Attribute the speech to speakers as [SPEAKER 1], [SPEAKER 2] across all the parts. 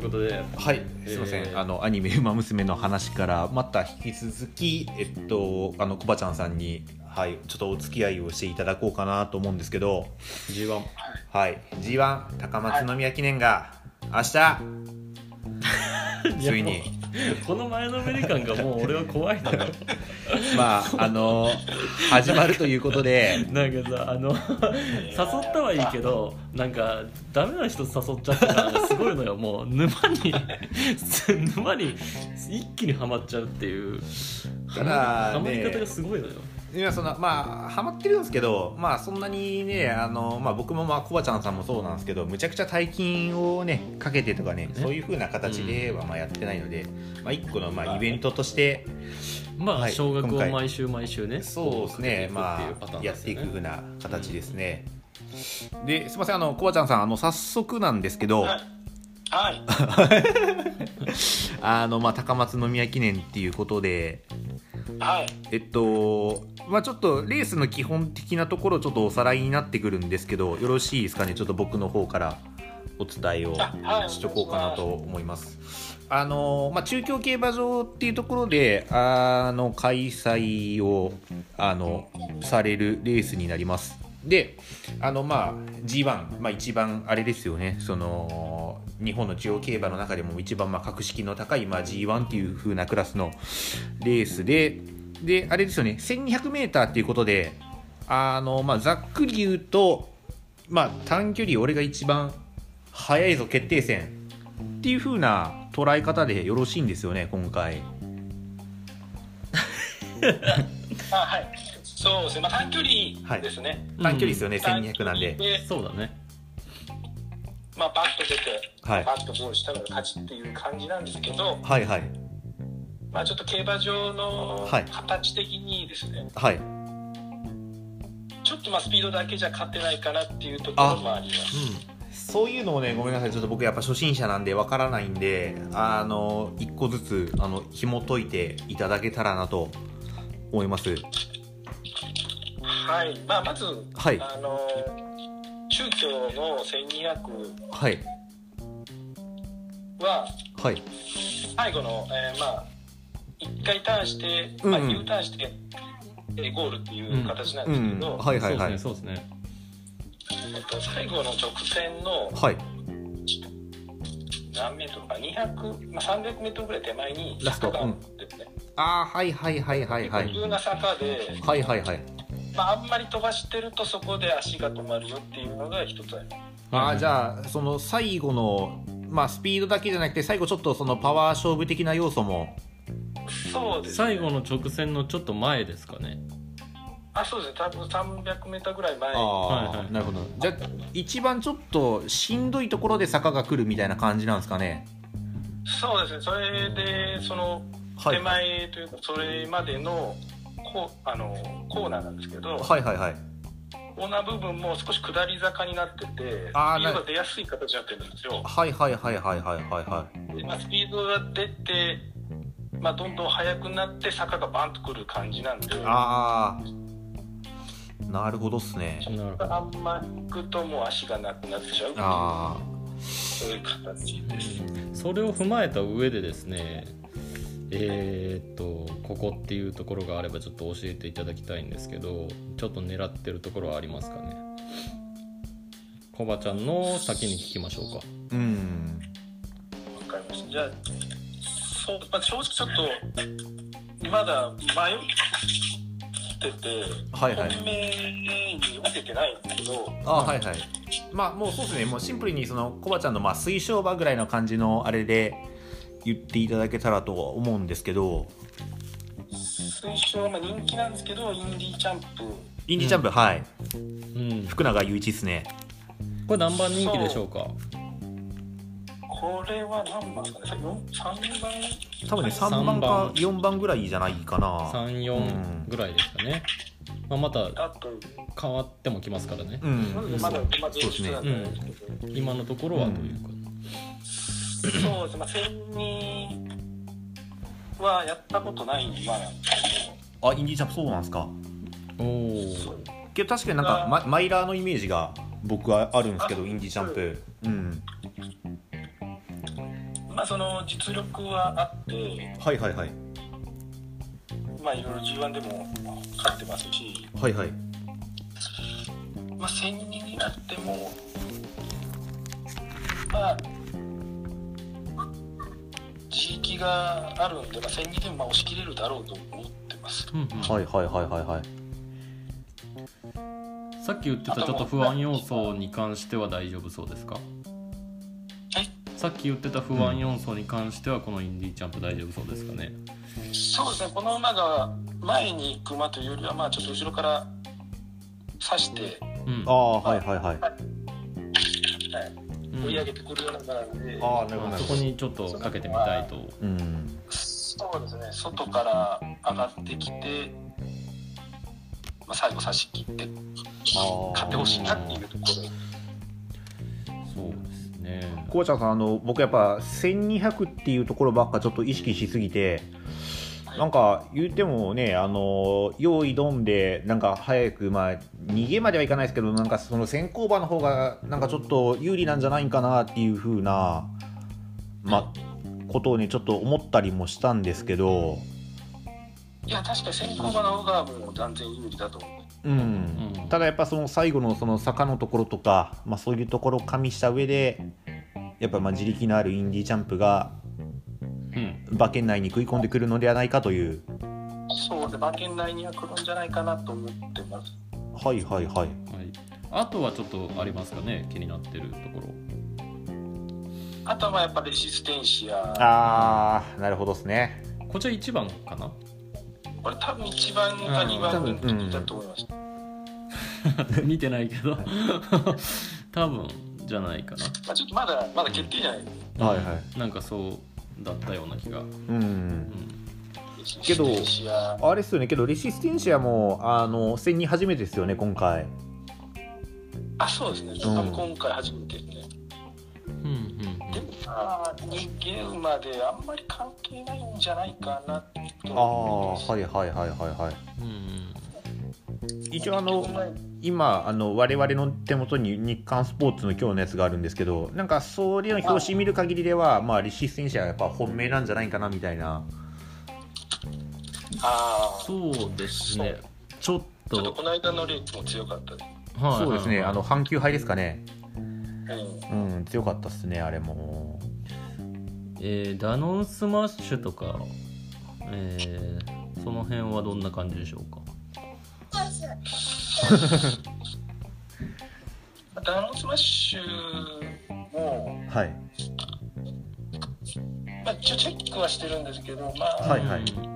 [SPEAKER 1] ことで
[SPEAKER 2] はい、すいません、
[SPEAKER 1] えー
[SPEAKER 2] あのアニメ「ウ マ娘」の話からまた引き続きえっとあのコバちゃんさんにはいちょっとお付き合いをしていただこうかなと思うんですけど
[SPEAKER 1] G1
[SPEAKER 2] はい G1 高松宮記念が明日 ついに
[SPEAKER 1] この前のめり感がもう俺は怖 いのよ
[SPEAKER 2] まああの始まるということで
[SPEAKER 1] なんかさあの誘ったはいいけどなんかダメな人誘っちゃったからすごいのよもう沼に 沼に一気にはまっちゃうっていう
[SPEAKER 2] ただ
[SPEAKER 1] はまり
[SPEAKER 2] ね
[SPEAKER 1] 方がすごいのよ
[SPEAKER 2] いやそんなまあハマってるんですけどまあそんなにねあの、まあ、僕もまあコバちゃんさんもそうなんですけどむちゃくちゃ大金をねかけてとかねそういう風な形ではまあやってないので、まあ一個のまあイベントとして
[SPEAKER 1] まあ、
[SPEAKER 2] はい
[SPEAKER 1] 少額
[SPEAKER 2] 今
[SPEAKER 1] を
[SPEAKER 2] 回
[SPEAKER 1] 毎週毎週ね
[SPEAKER 2] そうですねまあやっていく
[SPEAKER 1] よ
[SPEAKER 2] 風な形ですね、ですいませんあのコバちゃんさんあの早速なんですけど、
[SPEAKER 3] はい。
[SPEAKER 2] あのまあ高松宮記念っていうことで
[SPEAKER 3] はい。
[SPEAKER 2] えっとまあちょっとレースの基本的なところちょっとおさらいになってくるんですけどよろしいですかねちょっと僕の方からお伝えを
[SPEAKER 3] はい
[SPEAKER 2] しとこうかなと思います。あのまあ、中京競馬場っていうところであの開催をあのされるレースになります。であのまあ G1、まあ、一番あれですよねその日本の中央競馬の中でも一番まあ格式の高い、まあ、G1 っていう風なクラスのレースでであれですよね 1200m っていうことであの、まあ、ざっくり言うと、まあ、短距離俺が一番速いぞ決定戦っていう風な捉え方でよろしいんですよね今回
[SPEAKER 3] あ、はい。そうですね。まあ、短距離ですね。
[SPEAKER 2] 短距離ですよね、
[SPEAKER 3] 短距
[SPEAKER 2] 1200
[SPEAKER 3] 離
[SPEAKER 2] なんで
[SPEAKER 1] そうだね
[SPEAKER 3] まあ、バッと出て、
[SPEAKER 2] はい
[SPEAKER 3] バッとゴールしたら勝ちっていう感じなんですけど、
[SPEAKER 2] はいはい
[SPEAKER 3] まあ、ちょっと競馬場の
[SPEAKER 2] はい
[SPEAKER 3] 形的にですね、
[SPEAKER 2] はい
[SPEAKER 3] ちょっとまあスピードだけじゃ勝てないかなっていうところもあります。
[SPEAKER 2] そういうのをねごめんなさいちょっと僕やっぱ初心者なんでわからないんであの一個ずつあの紐解いていただけたらなと思います
[SPEAKER 3] はい。まあ、まず、
[SPEAKER 2] はい
[SPEAKER 3] あの中京の1200
[SPEAKER 2] はい
[SPEAKER 3] は、
[SPEAKER 2] はい
[SPEAKER 3] 最後の、えーまあ、1回ターンして、まあ、
[SPEAKER 2] うんうん
[SPEAKER 3] U ターンして、えーゴールっていう形なん
[SPEAKER 2] う
[SPEAKER 3] ですけ
[SPEAKER 2] ん
[SPEAKER 3] ど、
[SPEAKER 2] はいはいはい
[SPEAKER 1] そうですねそうですね
[SPEAKER 3] えっと最後の直線の
[SPEAKER 2] はい
[SPEAKER 3] 何メートルか200、まあ、300メートルぐらい手前に
[SPEAKER 2] ラスト
[SPEAKER 3] 坂があるんですね、
[SPEAKER 2] あーはいはいはいはいは
[SPEAKER 3] 普
[SPEAKER 2] い
[SPEAKER 3] 通な坂で、
[SPEAKER 2] はいはいはい
[SPEAKER 3] まあ、あんまり飛ばしてるとそこで足が止まるよっていうのが一つありま
[SPEAKER 2] あーじゃあその最後のまあスピードだけじゃなくて最後ちょっとそのパワー勝負的な要素も
[SPEAKER 3] すそうです、
[SPEAKER 1] 最後の直線のちょっと前ですかね
[SPEAKER 3] あそうですね多分300メートルぐらい前
[SPEAKER 2] あ
[SPEAKER 1] はいはい
[SPEAKER 2] なるほどじゃあ一番ちょっとしんどいところで坂が来るみたいな感じなんですかね
[SPEAKER 3] そうですねそれでその
[SPEAKER 2] は
[SPEAKER 3] 手
[SPEAKER 2] いはい
[SPEAKER 3] 前というかそれまでのこうあのコーナーなんですけど、
[SPEAKER 2] はいはい
[SPEAKER 3] コーナー部分も少し下り坂になっててスピ
[SPEAKER 2] あー
[SPEAKER 3] ードが出やすい形になってるんですよ
[SPEAKER 2] はいはいはいはいはいはいはい
[SPEAKER 3] でまあ、スピードが出て、まあ、どんどん速くなって坂がバンとくる感じなんで
[SPEAKER 2] あ
[SPEAKER 3] あ
[SPEAKER 2] あなるほどっすね
[SPEAKER 1] なる
[SPEAKER 3] あんま行くともう足がなくなっちゃう
[SPEAKER 2] あ
[SPEAKER 3] そういう形です
[SPEAKER 1] それを踏まえた上でですねえーっとここっていうところがあればちょっと教えていただきたいんですけどちょっと狙ってるところはありますかねコバちゃんの先に聞きましょうか
[SPEAKER 2] ーうん
[SPEAKER 3] わかりましたじゃあそう、まあ、正直ちょっとまだ迷ってて
[SPEAKER 2] はいはい
[SPEAKER 3] 本命に打ててないんですけど
[SPEAKER 2] あはいはいまあもうそうですねもうシンプルにそのコバちゃんのまあ推奨馬ぐらいの感じのあれで言っていただけたらとは思うんですけど
[SPEAKER 3] 推奨はまあ人気なんですけどインディーチャンプ
[SPEAKER 2] インディチャンプ、はい
[SPEAKER 1] うん
[SPEAKER 2] 福永祐一ですね
[SPEAKER 1] これ何番人気でしょうか
[SPEAKER 3] これは何番ですかねさ四三番
[SPEAKER 2] 多分ね3番か4番ぐらいじゃないかなうん
[SPEAKER 1] 34ぐらいですかね、まあ、また
[SPEAKER 3] だと
[SPEAKER 1] 変わってもきますからね
[SPEAKER 2] うん
[SPEAKER 3] まだまだまだ
[SPEAKER 2] そうですね
[SPEAKER 3] なんですけど、
[SPEAKER 1] 今のところはというか、
[SPEAKER 3] そうですね、まあ、千人はやったことない馬なんです
[SPEAKER 2] あインディチャンプそうなんですか
[SPEAKER 1] お
[SPEAKER 3] けど
[SPEAKER 1] お、
[SPEAKER 2] けど確かになんかママイラーのイメージが僕はあるんですけどインディチャンプうん
[SPEAKER 3] まあ、その実力はあって、
[SPEAKER 2] はいはいはい
[SPEAKER 3] まあ、いろいろ G1 でも勝ってますし、
[SPEAKER 2] はいはい
[SPEAKER 3] まあ、1000人になっても、まあ、地域があるんで、まあ、1000人でもまあ押し切れるだろうと思ってます。
[SPEAKER 1] うんうん
[SPEAKER 2] はいはいはいはいはい
[SPEAKER 1] さっき言ってたちょっと不安要素に関しては大丈夫そうですか
[SPEAKER 3] はい
[SPEAKER 1] さっき言ってた不安要素に関してはこのインディーチャンプ大丈夫そうですかね
[SPEAKER 3] そうですね、この馬が前に行く馬というよりは、まあ、ちょっと後ろから刺して、
[SPEAKER 1] うん
[SPEAKER 2] ああはいはいはい
[SPEAKER 3] はい
[SPEAKER 1] うん
[SPEAKER 3] 追い上げてくるような馬なんで、
[SPEAKER 2] ああな
[SPEAKER 1] まあそこにちょっとかけてみたいと
[SPEAKER 2] うん
[SPEAKER 3] そうですね、外から上がってきて、まあ、最後差し切って、勝ってほしいなっていうところ。
[SPEAKER 1] そうですね
[SPEAKER 2] こうちゃんさんあの僕やっぱ1200っていうところばっかちょっと意識しすぎてなんか言ってもねあの用意どんでなんか早くまあ逃げまではいかないですけどなんかその先行馬の方がなんかちょっと有利なんじゃないかなっていう風なまあことをねちょっと思ったりもしたんですけど
[SPEAKER 3] いや、確かに先行馬の方がもう断然有利だと思
[SPEAKER 2] う
[SPEAKER 3] う。
[SPEAKER 2] ん
[SPEAKER 1] うん
[SPEAKER 2] ただやっぱその最後のその坂のところとか、まあ、そういうところを加味した上でやっぱまあ自力のあるインディーチャンプが
[SPEAKER 1] うん
[SPEAKER 2] 馬券内に食い込んでくるのではないかという
[SPEAKER 3] そうで、馬券内には来るんじゃないかなと思ってます。
[SPEAKER 2] はいはいはい
[SPEAKER 1] はいあとはちょっとありますかね気になってるところ
[SPEAKER 3] あとはまあやっぱレシステンシア、
[SPEAKER 2] あーなるほどですね
[SPEAKER 1] こちら1番かな
[SPEAKER 3] これ多分一番か2番人気だと思います。
[SPEAKER 1] 見てないけど 多分じゃないか
[SPEAKER 3] まあ、ちょっとまだまだ決定じゃない
[SPEAKER 1] な
[SPEAKER 2] はいはい
[SPEAKER 1] なんかそうだったような気が、うん、
[SPEAKER 2] うんけ
[SPEAKER 3] け
[SPEAKER 2] ど
[SPEAKER 3] ど、いや
[SPEAKER 2] あれっすよねけどレシステンシアもあの戦に初めてですよね今回
[SPEAKER 3] あ、そうですね、多分今回初めてですね。
[SPEAKER 1] うんうん
[SPEAKER 3] でも、まあ、逃げ馬であんまり関係ないんじゃないかなと
[SPEAKER 2] ああはいはいはいはいはい
[SPEAKER 1] うんうん
[SPEAKER 2] 一応あの今あの我々の手元に日刊スポーツの今日のやつがあるんですけどなんかそれの表紙見る限りではまあレシステンシアはやっぱ本命なんじゃないかなみたいな
[SPEAKER 3] ああ、
[SPEAKER 1] そうですねちょっ
[SPEAKER 3] ちょっと
[SPEAKER 1] と
[SPEAKER 3] この間のレースも強かったです。
[SPEAKER 1] はい
[SPEAKER 2] そうですね
[SPEAKER 1] はい
[SPEAKER 2] あの阪急杯ですかね
[SPEAKER 3] うん
[SPEAKER 2] うん強かったっすねあれも
[SPEAKER 1] えーダノンスマッシュとか、えーその辺はどんな感じでしょうか
[SPEAKER 3] ダノンスマッシュも、
[SPEAKER 2] はい
[SPEAKER 3] まあ、一応チェックはしてるんですけど、まあ、
[SPEAKER 2] はいはい
[SPEAKER 1] うんう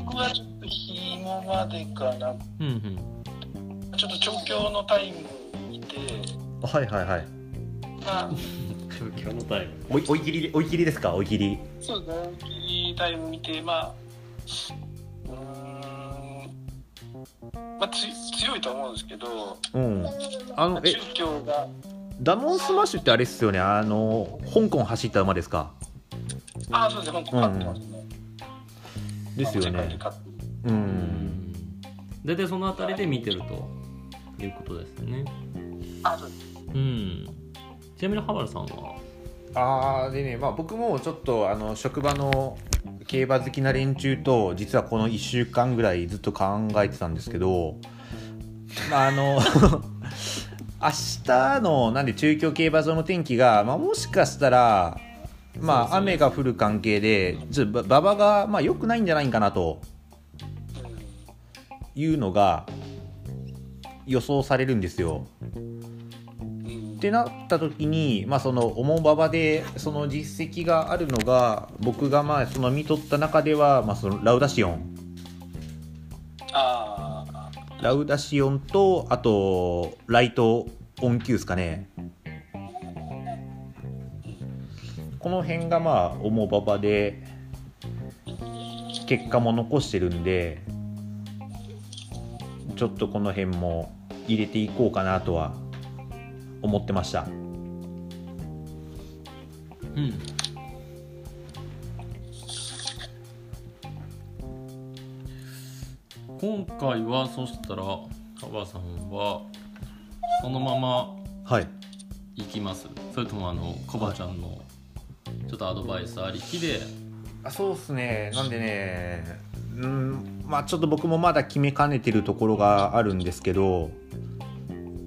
[SPEAKER 1] ん
[SPEAKER 3] 僕はちょっと紐までかな、
[SPEAKER 1] うんうん
[SPEAKER 3] ちょっと調教のタイム見て、
[SPEAKER 2] はいはいはい
[SPEAKER 3] まあ、
[SPEAKER 1] 今日のタイム
[SPEAKER 2] 追い追い切りで追い切りですか追い切り
[SPEAKER 3] そうですね、大きいタイム見て、まあ、うーん、まあ、つ強いとは思うんですけど、
[SPEAKER 2] うんあ
[SPEAKER 3] ま
[SPEAKER 2] の
[SPEAKER 3] あ、
[SPEAKER 2] え
[SPEAKER 3] 中京が、
[SPEAKER 2] ダノンスマッシュってあれっすよねあの香港走った馬ですか
[SPEAKER 3] ああ、そうですね、香港勝ってますね。
[SPEAKER 2] ですよ
[SPEAKER 3] まあ世界で
[SPEAKER 2] ね
[SPEAKER 3] 勝ってる
[SPEAKER 1] う
[SPEAKER 2] う
[SPEAKER 1] んん大体その辺りで見てるということですね
[SPEAKER 3] あそうです
[SPEAKER 1] うんちなみに浜田さんは
[SPEAKER 2] あーでねまあ僕もちょっとあの職場の競馬好きな連中と実はこの1週間ぐらいずっと考えてたんですけどまああの 明日のなんで中京競馬場の天気が、まあ、もしかしたらまあ
[SPEAKER 1] そうですね
[SPEAKER 2] 雨が降る関係でちょっとば馬場がまあ良くないんじゃないかなというのが予想されるんですよ。ってなった時に、まあ、その重馬場でその実績があるのが僕がまあその見とった中では、まあ、そのラウダシオン
[SPEAKER 3] ああ、
[SPEAKER 2] ラウダシオンとあとライトオンキュースかねこの辺がまあ重馬場で結果も残してるんでちょっとこの辺も入れていこうかなとは思ってました。
[SPEAKER 1] うん今回はそしたら浜田さんはそのまま
[SPEAKER 2] はい
[SPEAKER 1] 行きますそれともあのコバちゃんのちょっとアドバイスありきで
[SPEAKER 2] あそうですねなんでねうんまあちょっと僕もまだ決めかねてるところがあるんですけど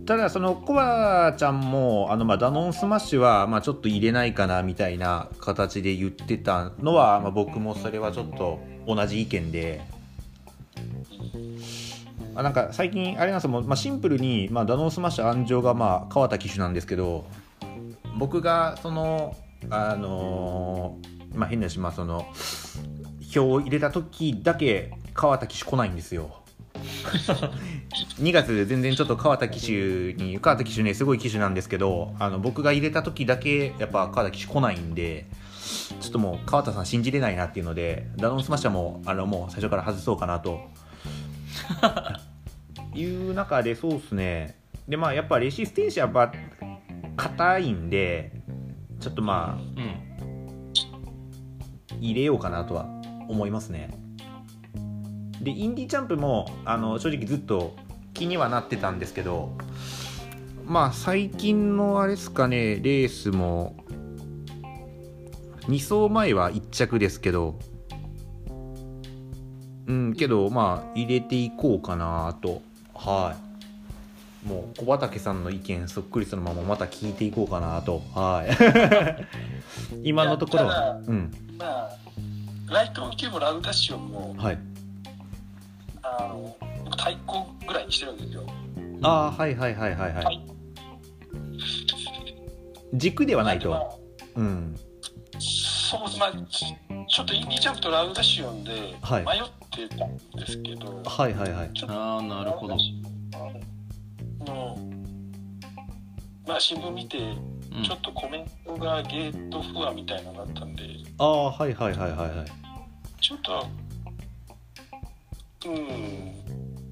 [SPEAKER 2] ただそのコバちゃんもあのまあダノンスマッシュはまあちょっと入れないかなみたいな形で言ってたのは、まあ、僕もそれはちょっと同じ意見で。あなんか最近あれなんですよもう、まあ、シンプルに、まあ、ダノンスマッシュ安城が、まあ、川田騎手なんですけど僕がそのあのーまあ変な話まあその票を入れた時だけ川田騎手来ないんですよ 2月全然ちょっと川田騎手に川田騎手ねすごい騎手なんですけどあの僕が入れた時だけやっぱ川田騎手来ないんでちょっともう川田さん信じれないなっていうのでダノンスマッシャーもあのもう最初から外そうかなという中でそうっすねでまあやっぱレシステンシャは硬いんでちょっとまあ
[SPEAKER 1] うん
[SPEAKER 2] 入れようかなとは思いますねでインディーチャンプもあの正直ずっと気にはなってたんですけどまあ最近のあれですかねレースも2走前は1着ですけどうんけどまあ入れていこうかなとはいもう小畑さんの意見そっくりそのまままた聞いていこうかなとはい今のところ
[SPEAKER 3] いやただ
[SPEAKER 2] はうん
[SPEAKER 3] まあライトもキューブラウダッシュも
[SPEAKER 2] はい
[SPEAKER 3] あの僕対抗ぐらいにしてるんですよ
[SPEAKER 2] ああはいはいはいはいはい、
[SPEAKER 3] はい
[SPEAKER 2] 軸ではない
[SPEAKER 3] ま
[SPEAKER 2] と、
[SPEAKER 3] あ
[SPEAKER 2] うん、
[SPEAKER 3] そうまあちょっとインディージャンプとラウダシオンで迷
[SPEAKER 2] はい
[SPEAKER 3] ってたんですけど、
[SPEAKER 2] はいはいはい
[SPEAKER 3] ちょっと
[SPEAKER 1] ああなるほど、
[SPEAKER 3] のまあ新聞見て
[SPEAKER 1] うん
[SPEAKER 3] ちょっとコメントがゲート不安みたいなのがあったんで
[SPEAKER 2] ああはいはいはいはいはい
[SPEAKER 3] ちょっとう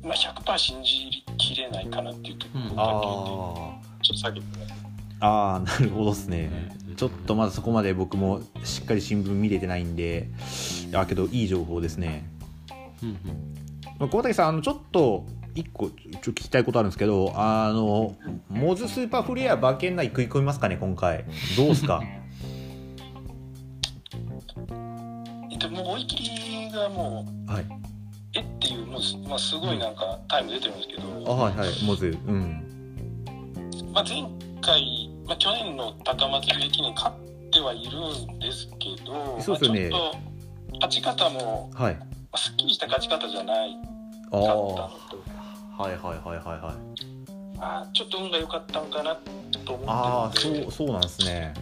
[SPEAKER 3] んまあ100%信じきれないかなっていうところだけで、
[SPEAKER 1] うん
[SPEAKER 2] あ
[SPEAKER 3] ちょっと下げてね
[SPEAKER 2] ーあーなるほどっすね
[SPEAKER 1] ね
[SPEAKER 2] ちょっとまだそこまで僕もしっかり新聞見れてないんであけどいい情報ですね
[SPEAKER 1] うんうん
[SPEAKER 2] まあ小畑さんあのちょっと一個ちょっと聞きたいことあるんですけどあのモズスーパーフレア馬券内食い込みますかね今回どうっすか
[SPEAKER 3] でもう追い切りがもう
[SPEAKER 2] はい
[SPEAKER 3] えっていうもうす,、まあ、すごいなんかタイム出てるんですけど、
[SPEAKER 2] あはいはいモズうん
[SPEAKER 3] まあ、前回、まあ、去年の高松駅に勝ってはいるんですけど、
[SPEAKER 2] そうですよね
[SPEAKER 3] まあちょっと勝ち方も、
[SPEAKER 2] はい
[SPEAKER 3] まあ、すっきりした勝ち方じゃないか
[SPEAKER 2] あ
[SPEAKER 3] った
[SPEAKER 2] あ
[SPEAKER 3] のと、
[SPEAKER 2] はいはいはいはいはい
[SPEAKER 3] まあ、ちょっと運が良かったんかなと思
[SPEAKER 2] あ
[SPEAKER 3] っ
[SPEAKER 2] あ
[SPEAKER 3] てる
[SPEAKER 2] そ
[SPEAKER 3] んで
[SPEAKER 2] うそうなんですね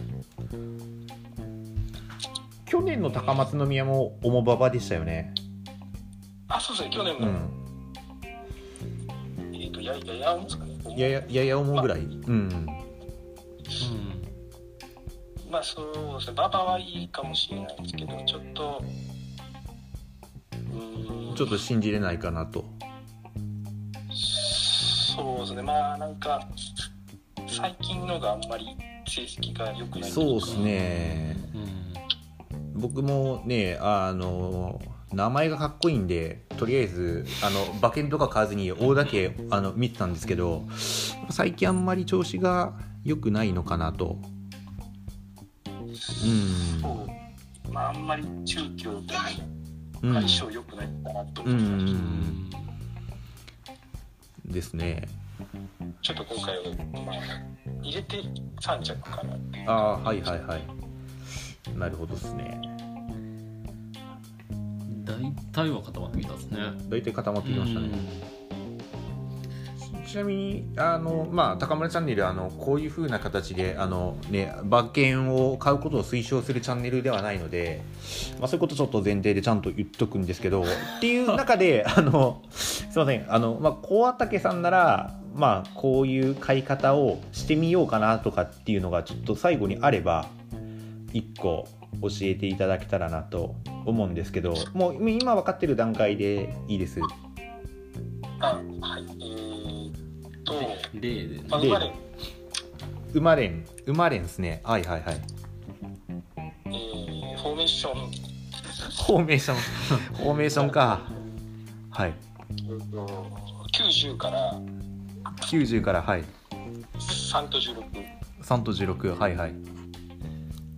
[SPEAKER 2] 去年の高松宮も重馬場でしたよね
[SPEAKER 3] あそうですね去年
[SPEAKER 2] う
[SPEAKER 3] の、
[SPEAKER 2] ん
[SPEAKER 3] えー、とやややんですかね
[SPEAKER 2] やややや重ぐらいうん
[SPEAKER 3] まあそうですね馬場はいいかもしれないんですけどちょっとうーん
[SPEAKER 2] ちょっと信じれないかなと
[SPEAKER 3] そうですねまあなんか最近のがあんまり成績が良くないとい
[SPEAKER 2] そう
[SPEAKER 3] か
[SPEAKER 2] ですね
[SPEAKER 1] うんうん
[SPEAKER 2] 僕もねあの名前がかっこいいんでとりあえずあの馬券とか買わずに大だけあの見てたんですけど最近あんまり調子が良くないのかなとうん
[SPEAKER 3] そうまああんまり中京と
[SPEAKER 2] うん
[SPEAKER 3] 相性良くないかなと
[SPEAKER 2] う
[SPEAKER 3] 思
[SPEAKER 2] んう
[SPEAKER 3] って、
[SPEAKER 2] んですね
[SPEAKER 3] ちょっと今回は、まあ、入れて3着かなっていう
[SPEAKER 2] ああーはいはいはいなるほどですね
[SPEAKER 1] 大体は固まってきたですね
[SPEAKER 2] 大体固まってきましたねちなみにあの、まあ、高村チャンネルあのこういう風な形であの、ね、馬券を買うことを推奨するチャンネルではないので、まあ、そういうことちょっと前提でちゃんと言っとくんですけどっていう中であのすいませんあの、まあ、小畑さんなら、まあ、こういう買い方をしてみようかなとかっていうのがちょっと最後にあれば1個教えていただけたらなと思うんですけどもう今分かってる段階でいいです。
[SPEAKER 3] あはいえーっと、
[SPEAKER 1] うん例でね
[SPEAKER 3] まあ、生まれ、
[SPEAKER 2] 生まれん生まれんですねはいはいはい。
[SPEAKER 3] えーフォーメーション、
[SPEAKER 2] フォーメーションフォーメーションかはい
[SPEAKER 3] えーっと90から
[SPEAKER 2] 90からはい
[SPEAKER 3] 3と16
[SPEAKER 2] 3と16はいはい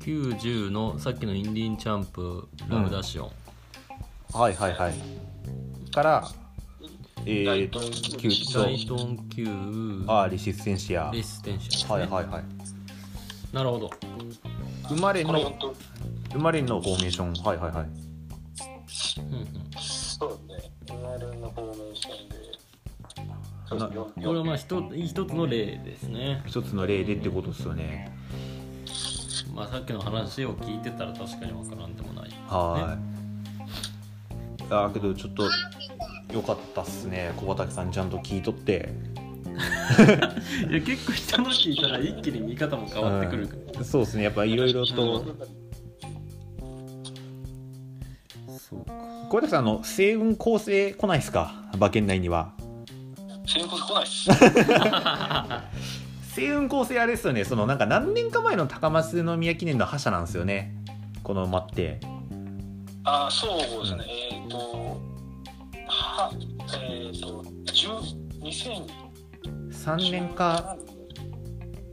[SPEAKER 1] 910のさっきのインディーンチャンプラムダシオン、
[SPEAKER 2] はいはいはいからえー、と
[SPEAKER 3] ライト
[SPEAKER 2] 9
[SPEAKER 1] ダイ
[SPEAKER 2] と
[SPEAKER 1] トン9
[SPEAKER 2] あーレシステンシア
[SPEAKER 1] レシステンシャ
[SPEAKER 2] はいはいはい
[SPEAKER 1] なるほど
[SPEAKER 2] 生まれ
[SPEAKER 3] これ
[SPEAKER 2] の
[SPEAKER 3] 本当
[SPEAKER 2] 生まれのフォーメーションはいはいはい
[SPEAKER 1] うんうん
[SPEAKER 3] そうね MR のフォーメーションでそう
[SPEAKER 2] な
[SPEAKER 3] よ
[SPEAKER 1] これは
[SPEAKER 3] よ
[SPEAKER 1] まあ一つ一つの例ですね、
[SPEAKER 2] 一つの例でってことですよね
[SPEAKER 1] まあ、さっきの話を聞いてたら確かにわからんでもない
[SPEAKER 2] はーいあーけどちょっとよかったっすね小畑さんちゃんと聞いとって
[SPEAKER 1] いや結構人の聞いたら一気に見方も変わってくるから、
[SPEAKER 2] そうですねやっぱいろいろと
[SPEAKER 1] そうか
[SPEAKER 2] 小畑さんあの星雲構成来ないっすか馬券内には
[SPEAKER 3] それこそ来ないっす
[SPEAKER 2] 星雲構成あれですよねそのなんか何年か前の高松宮記念の覇者なんですよねこの馬って
[SPEAKER 3] ああそうですねえっ、ー、とはえっ、ー、と10 2000
[SPEAKER 2] 3年か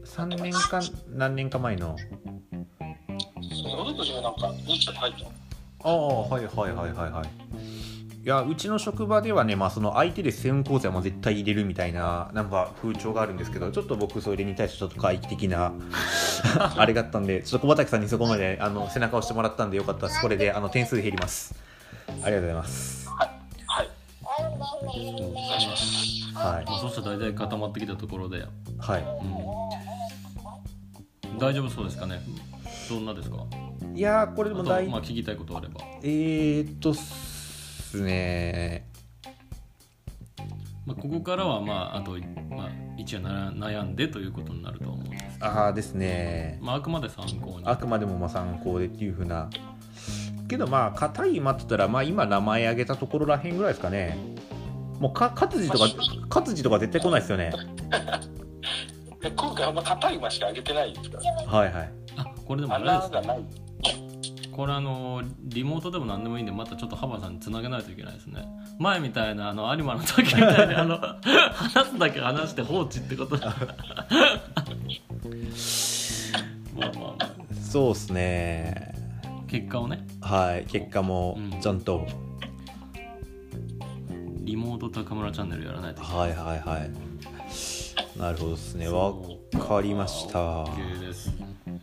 [SPEAKER 2] 3年か何年か前の
[SPEAKER 3] おととしもなんか2着入ったの
[SPEAKER 2] ああはいはいはいはいはいいやうちの職場ではね、まあ、その相手で専攻生も絶対入れるみたいななんか風潮があるんですけどちょっと僕それに対してちょっと怪奇的 なあれがあったんでちょっと小畑さんにそこまであの背中を押してもらったんでよかったですこれであの点数減りますありがとうございます
[SPEAKER 3] はいお願いします
[SPEAKER 2] はい
[SPEAKER 1] まあ、そうしたら大体固まってきたところで、
[SPEAKER 2] は
[SPEAKER 1] うん、大丈夫そうですかねどんなですかあ
[SPEAKER 2] いいやーこれで
[SPEAKER 1] と、
[SPEAKER 2] も
[SPEAKER 1] まあ
[SPEAKER 2] 大、
[SPEAKER 1] 聞きたいことあれば
[SPEAKER 2] えーっとっすね
[SPEAKER 1] まあ、ここからは、まあ、あと、まあ、一夜なら悩んでということになるとは思うんですけ
[SPEAKER 2] ああですね
[SPEAKER 1] ど、まあ、あくまで参考に
[SPEAKER 2] あくまでもまあ参考でっていうふうなけどまあ硬い馬って言ったらまあ今名前挙げたところらへんぐらいですかねもうか勝字とか勝字とか絶対来ないですよね
[SPEAKER 3] で今回あんま硬い馬しか上げてないですから
[SPEAKER 2] はいはい
[SPEAKER 1] あこれでもあれで
[SPEAKER 3] 穴
[SPEAKER 1] す
[SPEAKER 3] が
[SPEAKER 1] ね
[SPEAKER 3] ない
[SPEAKER 1] これあのリモートでも何でもいいんでまたちょっと浜田さんにつなげないといけないですね前みたいなあのアニマルの時みたいにあの話すだけ話して放置ってことだまあまあ、ま
[SPEAKER 2] そうっすね
[SPEAKER 1] あ、結果をね
[SPEAKER 2] はい結果もちゃんと、
[SPEAKER 1] リモート高村チャンネルやらないといけない
[SPEAKER 2] はいはいはいなるほどですねわかりましたは
[SPEAKER 1] OK です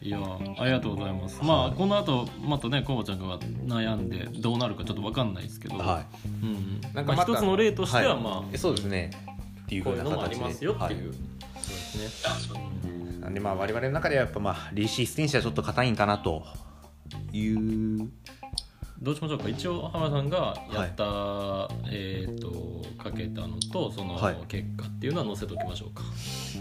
[SPEAKER 1] いやありがとうございますまあこの後またねコバちゃんが悩んでどうなるかちょっと分かんないですけど、
[SPEAKER 2] い
[SPEAKER 1] うんうん
[SPEAKER 2] な
[SPEAKER 1] ま
[SPEAKER 2] んか
[SPEAKER 1] あ、
[SPEAKER 2] また
[SPEAKER 1] 一つの例としては、
[SPEAKER 2] はい
[SPEAKER 1] まあ
[SPEAKER 2] そうですねっていう
[SPEAKER 1] こう
[SPEAKER 2] ふう
[SPEAKER 1] いう
[SPEAKER 2] な
[SPEAKER 1] のもあ
[SPEAKER 2] 形で
[SPEAKER 1] りますよっていう、
[SPEAKER 2] は
[SPEAKER 1] そうですね
[SPEAKER 3] あそう
[SPEAKER 2] いなんでまあ我々の中ではやっぱまあレシステンシはちょっと硬いんかなという
[SPEAKER 1] どうしましょうか一応浜田さんがやった、えっ、とかけたのとその
[SPEAKER 2] はい
[SPEAKER 1] 結果っていうのは載せておきましょうか、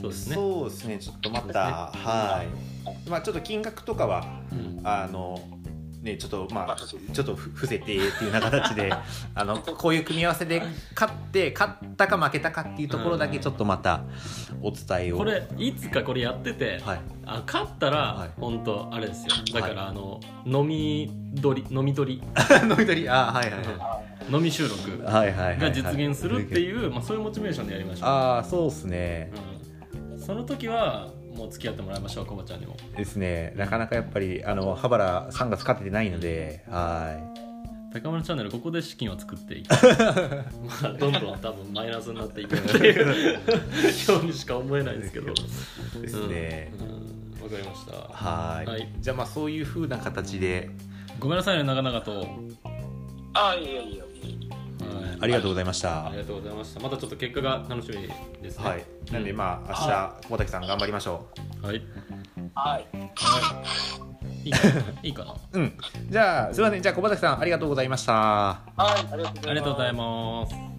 [SPEAKER 1] そうですね
[SPEAKER 2] そうですね、ちょっとまた、はい。まあちょっと金額とかは、
[SPEAKER 1] うん
[SPEAKER 2] あの、ね、ちょっとま
[SPEAKER 3] ま
[SPEAKER 2] あ
[SPEAKER 3] あそう
[SPEAKER 2] ちょっとふ伏せてっていうような形 であのこういう組み合わせで勝って勝ったか負けたかっていうところだけちょっとまたお伝えを
[SPEAKER 1] これいつかこれやってて、
[SPEAKER 2] はい
[SPEAKER 1] あ勝ったら、
[SPEAKER 2] はい
[SPEAKER 1] 本当あれですよだから、
[SPEAKER 2] は
[SPEAKER 1] あの飲み取り飲み取り
[SPEAKER 2] 飲み取りあはいはいは
[SPEAKER 1] 飲み収録
[SPEAKER 2] いはいはいはい
[SPEAKER 1] が実現するっていう、まあ、そういうモチベーションでやりましょう、
[SPEAKER 2] ああそうですね、
[SPEAKER 1] うん、その時はもう付き合ってもらいましょうコバちゃんにも
[SPEAKER 2] ですねなかなかやっぱりあの羽原3月勝ててないのではい
[SPEAKER 1] 高村チャンネルここで資金を作っていくまあ どんどん多分マイナスにな っていくっていうようにしか思えないんですけど
[SPEAKER 2] ですね、
[SPEAKER 1] うんうんわかりました
[SPEAKER 2] はい
[SPEAKER 1] はい
[SPEAKER 2] じゃあまあそういうふうな形で
[SPEAKER 1] ごめんなさいね長々と、はい、
[SPEAKER 3] あいやいや
[SPEAKER 2] ありがとうございました、
[SPEAKER 1] ありがとうございましたまたちょっと結果が楽しみですね
[SPEAKER 2] はい、なんでまあ明日小畑さん頑張りましょ
[SPEAKER 1] はい
[SPEAKER 3] はい
[SPEAKER 1] いいかないいかな
[SPEAKER 2] ううんじゃあすいませんじゃあ小畑さんありがとうございました
[SPEAKER 3] はいありがとうございます
[SPEAKER 1] ありがとうございます